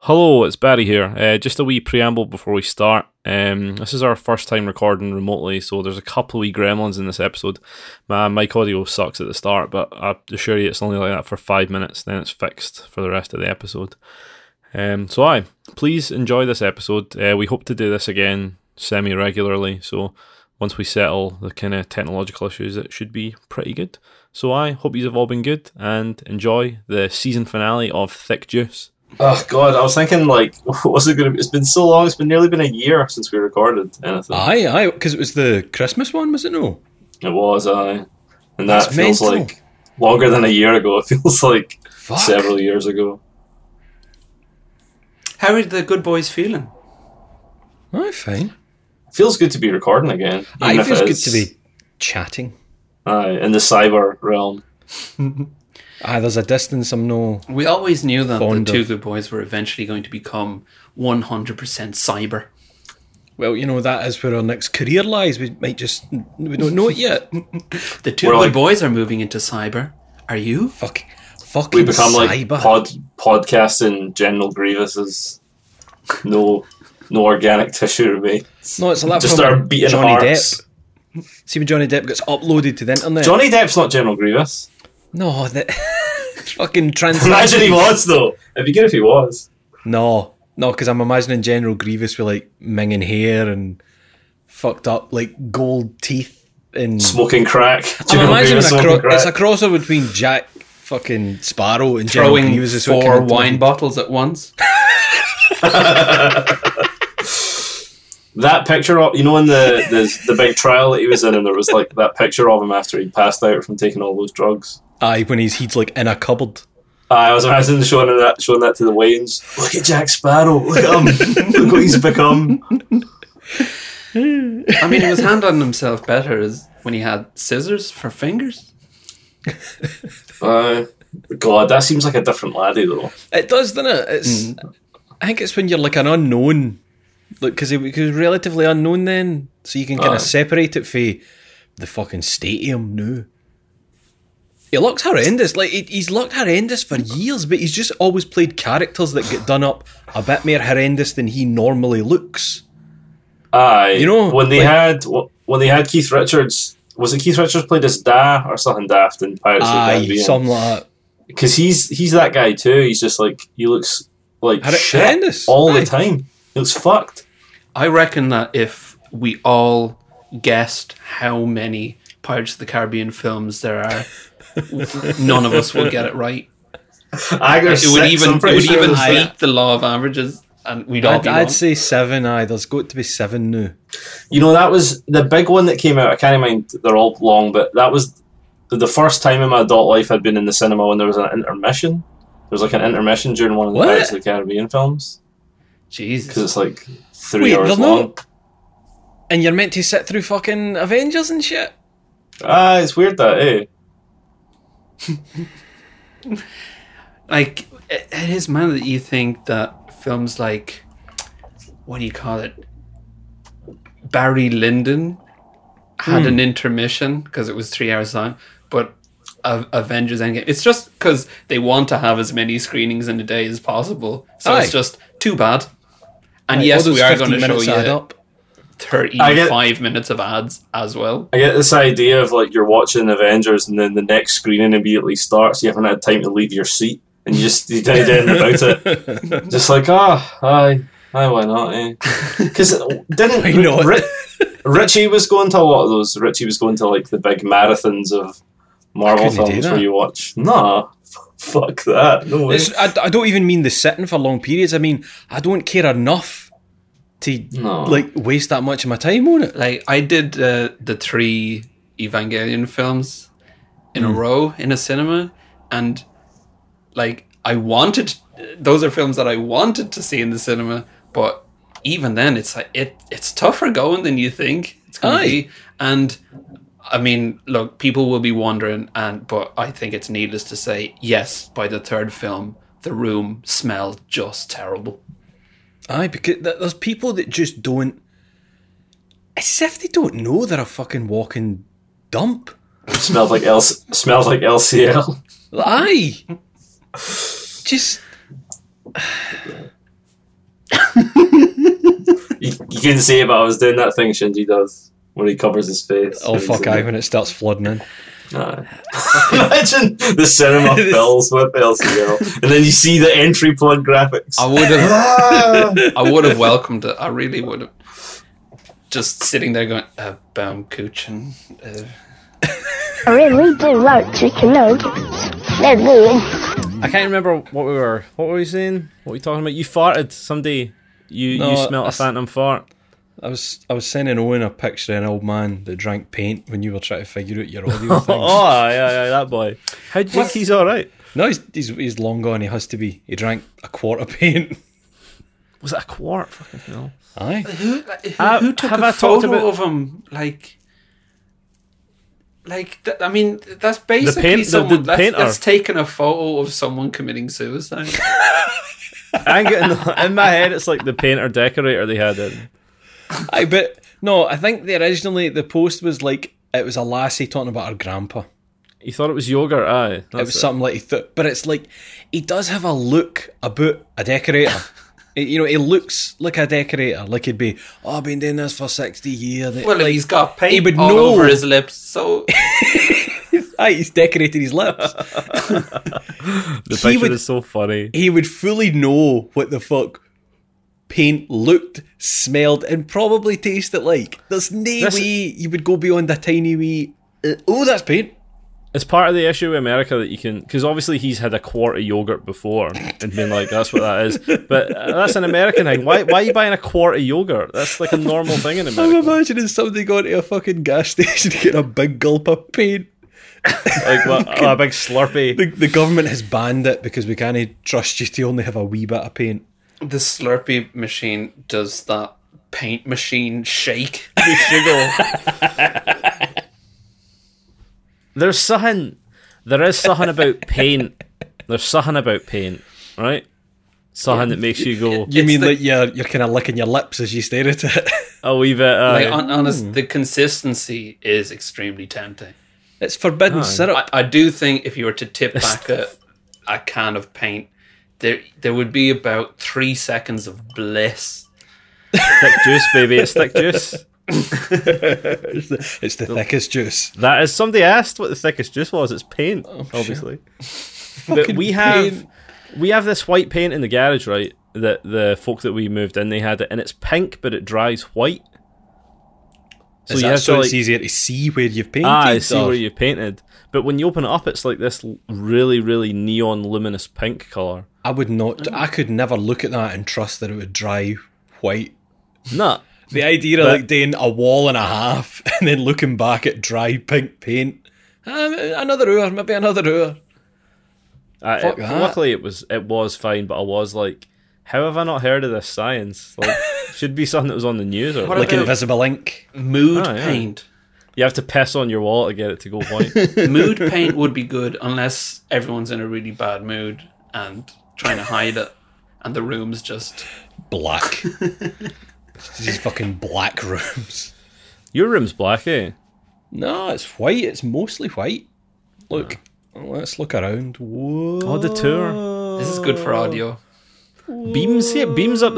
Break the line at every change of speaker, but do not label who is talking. Hello, it's Barry here. Uh, just a wee preamble before we start. Um, this is our first time recording remotely, so there's a couple of wee gremlins in this episode. My mic audio sucks at the start, but I assure you it's only like that for five minutes, then it's fixed for the rest of the episode. Um, so, aye, please enjoy this episode. Uh, we hope to do this again semi regularly, so once we settle the kind of technological issues, it should be pretty good. So, I hope you have all been good and enjoy the season finale of Thick Juice.
Oh god, I was thinking like, what's it going to be? It's been so long. It's been nearly been a year since we recorded anything.
Aye, aye, because it was the Christmas one, was it no?
It was, I, and that
That's
feels
mental.
like longer than a year ago. It feels like
Fuck.
several years ago.
How are the good boys feeling?
Aye, fine.
It feels good to be recording again. even
Aye, it
if
feels
it
good
is,
to be chatting.
aye, in the cyber realm.
Aye, there's a distance I'm no.
We always knew that
Fond
the two
of.
good boys were eventually going to become 100% cyber.
Well, you know that is where our next career lies. We might just we don't know it yet.
The 2
We're
good
like-
boys are moving into cyber. Are you?
Fuck, fucking
We become like
cyber.
pod podcasting General Grievous's. No, no organic tissue remains.
no, it's a lot
Just
from
start beating
Johnny
hearts.
Depp. See when Johnny Depp gets uploaded to the internet.
Johnny Depp's not General Grievous.
no, that fucking trans.
Imagine he was though. It'd be good if he was.
No, no, because I'm imagining General Grievous with like minging hair and fucked up like gold teeth and.
Smoking crack.
I'm
General
imagining
Grievous
a
smoking
cro-
crack.
it's a crossover between Jack fucking Sparrow and General
Throwing
Grievous. is what
four
kind of-
wine bottles at once?
that picture of you know in the, the the big trial that he was in and there was like that picture of him after he passed out from taking all those drugs.
Aye, when he's he's like in a cupboard.
I was imagining showing him that showing that to the Waynes. Look at Jack Sparrow. Look at him. Look what he's become.
I mean, he was handling himself better as when he had scissors for fingers.
Uh, God, that seems like a different laddie though.
It does, doesn't it? It's. I think it's when you're like an unknown, like because he, 'cause he was relatively unknown then, so you can kind
Aye.
of separate it from the fucking stadium now. He looks horrendous. Like he, he's looked horrendous for years, but he's just always played characters that get done up a bit more horrendous than he normally looks.
Aye.
You know,
when they
like-
had when they had Keith Richards. Was it Keith Richards played as Da or something daft in Pirates of the
Aye,
Caribbean?
something like that.
Because he's he's that guy too. He's just like he looks like
Horre-
shit
horrendous.
all
Aye.
the time. He looks fucked.
I reckon that if we all guessed how many Pirates of the Caribbean films there are, none of us will get it right.
I got
It would
six,
even,
I'm
it
pretty
would
sure
even
it was six.
beat the law of averages, and we'd all
I'd,
be
I'd
wrong.
say seven. Aye, there's got to be seven now.
You know, that was the big one that came out. I can't mind they're all long, but that was the first time in my adult life I'd been in the cinema when there was an intermission. There was like an intermission during one of the
What?
Pirates of the Caribbean films because
Jesus.
it's like three
Wait,
hours
they're
long.
not- And you're meant to sit through fucking Avengers and shit.
Ah, it's weird that, eh?
Like, it, it is mad that you think that films like, what do you call it? Barry Lyndon had
Hmm.
an intermission because it was three hours long, but A- Avengers Endgame. It's just because they want to have as many screenings in a day as possible. So
Aye.
it's just too bad. And
Like, all
yes,
those
we are
15
going to show
minutes add
you
up.
35 minutes of ads as well.
I get this idea of like you're watching Avengers and then the next screening immediately starts. You haven't had time to leave your seat and you just you don't end about it. Just like ah, aye, aye, why not? Eh? Because didn't
Why not?
Ri- Richie was going to a lot of those. Richie was going to like the big marathons of Marvel
Couldn't he do
films
that?
where you watch. Nah, f- fuck that. No way.
It's, I, I don't even mean the sitting for long periods. I mean I don't care enough to
No.
like waste that much of my time on it.
like I did uh, the three Evangelion films in a row in a cinema, and like I wanted, those are films that I wanted to see in the cinema, but even then, it's like it it's tougher going than you think it's going
Aye.
to be, and. I mean, look, people will be wondering, and but I think it's needless to say, yes, by the third film, the room smelled just terrible.
Aye, because th- there's people that just don't. It's as if they don't know they're a fucking walking dump.
smelled like L- smelled like LCL.
Aye, just
couldn't see it, but I was doing that thing Shinji does when he covers his face.
Oh
when he's
fuck!
in
I
it.
when it starts flooding in.
Aye. Imagine the cinema fills with LCL, and then you see the entry point graphics.
I would have,
Ah.
I would have welcomed it. I really would have. Just sitting there going, uh, Baumkuchen. Uh,
I really do like chicken nuggets. They're good.
I can't remember what we were. What were we saying? What were we talking about? You farted someday. You
No,
you smelt a
that's-
phantom fart.
I was I was sending Owen a picture of an old man that drank paint when you were trying to figure out your audio thing.
Oh yeah, yeah, that boy. How do you think he's all right?
No, he's, he's he's long gone. He has to be. He drank a quart of paint.
Was it a quart? Fucking hell.
Aye.
who, like, who,
Uh,
who took
have
a
I talked
photo
about-
of him? Like, like th- I mean, th- that's basically
paint- the- the
someone that's,
painter.
that's taken a photo of someone committing suicide.
I'm getting in my head. It's like the painter decorator they had in.
I but no. I think the originally the post was like it was a lassie talking about her grandpa.
You thought it was yogurt, aye?
It was something like he th- but it's like he does have a look about a decorator. He- you know, he looks like a decorator. Like he'd be, oh, I've been doing this for sixty years.
Well,
like,
he's got paint
he would
all
know.
over his lips, so
aye, he's decorated his lips.
the picture
would-
is so funny.
he would fully know what the fuck paint looked, smelled, and probably tasted like. There's no
This-
way you would go beyond a tiny wee. uh, oh, that's paint.
It's part of the issue with America that you can, because obviously he's had a quart of yogurt before and been like, "That's what that is." But uh, that's an American thing. Why, why are you buying a quart of yogurt? That's like a normal thing in
I'm
America.
imagining somebody going to a fucking gas station to get a big gulp of paint.
Like what, oh, a big Slurpee.
The, the government has banned it because we can't trust you to only have a wee bit of paint.
the Slurpee machine does that paint machine shake.
There's something. There is something about paint. There's something about paint, right? Something that makes you go
You
It's
mean
the-
like you're you're kind of licking your lips as you stare at it?
a wee bit. Uh,
Like, hon- honest, the consistency is extremely tempting.
it's forbidden syrup.
I, I do think if you were to tip back a, a can of paint, there there would be about three seconds of bliss.
thick juice, baby. It's thick juice.
It's the, it's the thickest juice.
That is somebody asked what the thickest juice was. It's paint, obviously. But we have
Oh, paint.
we have this white paint in the garage, right? That the folk that we moved in, they had it, and it's pink, but it dries white. So
Is
you
that
have
so
to
it's
like,
easier to see where you've painted.
ah, I see
or-
where you've painted. But when you open it up, it's like this l- really, really neon luminous pink color.
I would not. I could never look at that and trust that it would dry white.
Nut.
The idea of like doing a wall and a half and then looking back at dry pink paint. Um, another hour, maybe another hour.
I,
Fuck
Uh, it-
that.
luckily, it was it was fine, but I was like, how have I not heard of this science? Like, should be something that was on the news or
What
like
Like
about-
invisible ink.
Mood
Oh, yeah.
paint.
you have to piss on your wall to get it to go white.
Mood paint would be good unless everyone's in a really bad mood and trying to hide it. And the room's just
Black. These fucking black rooms.
Your room's black, eh?
No, it's white. It's mostly white. Look, let's look around. Whoa.
Oh, the tour
this is good for audio.
beams here, beams up there.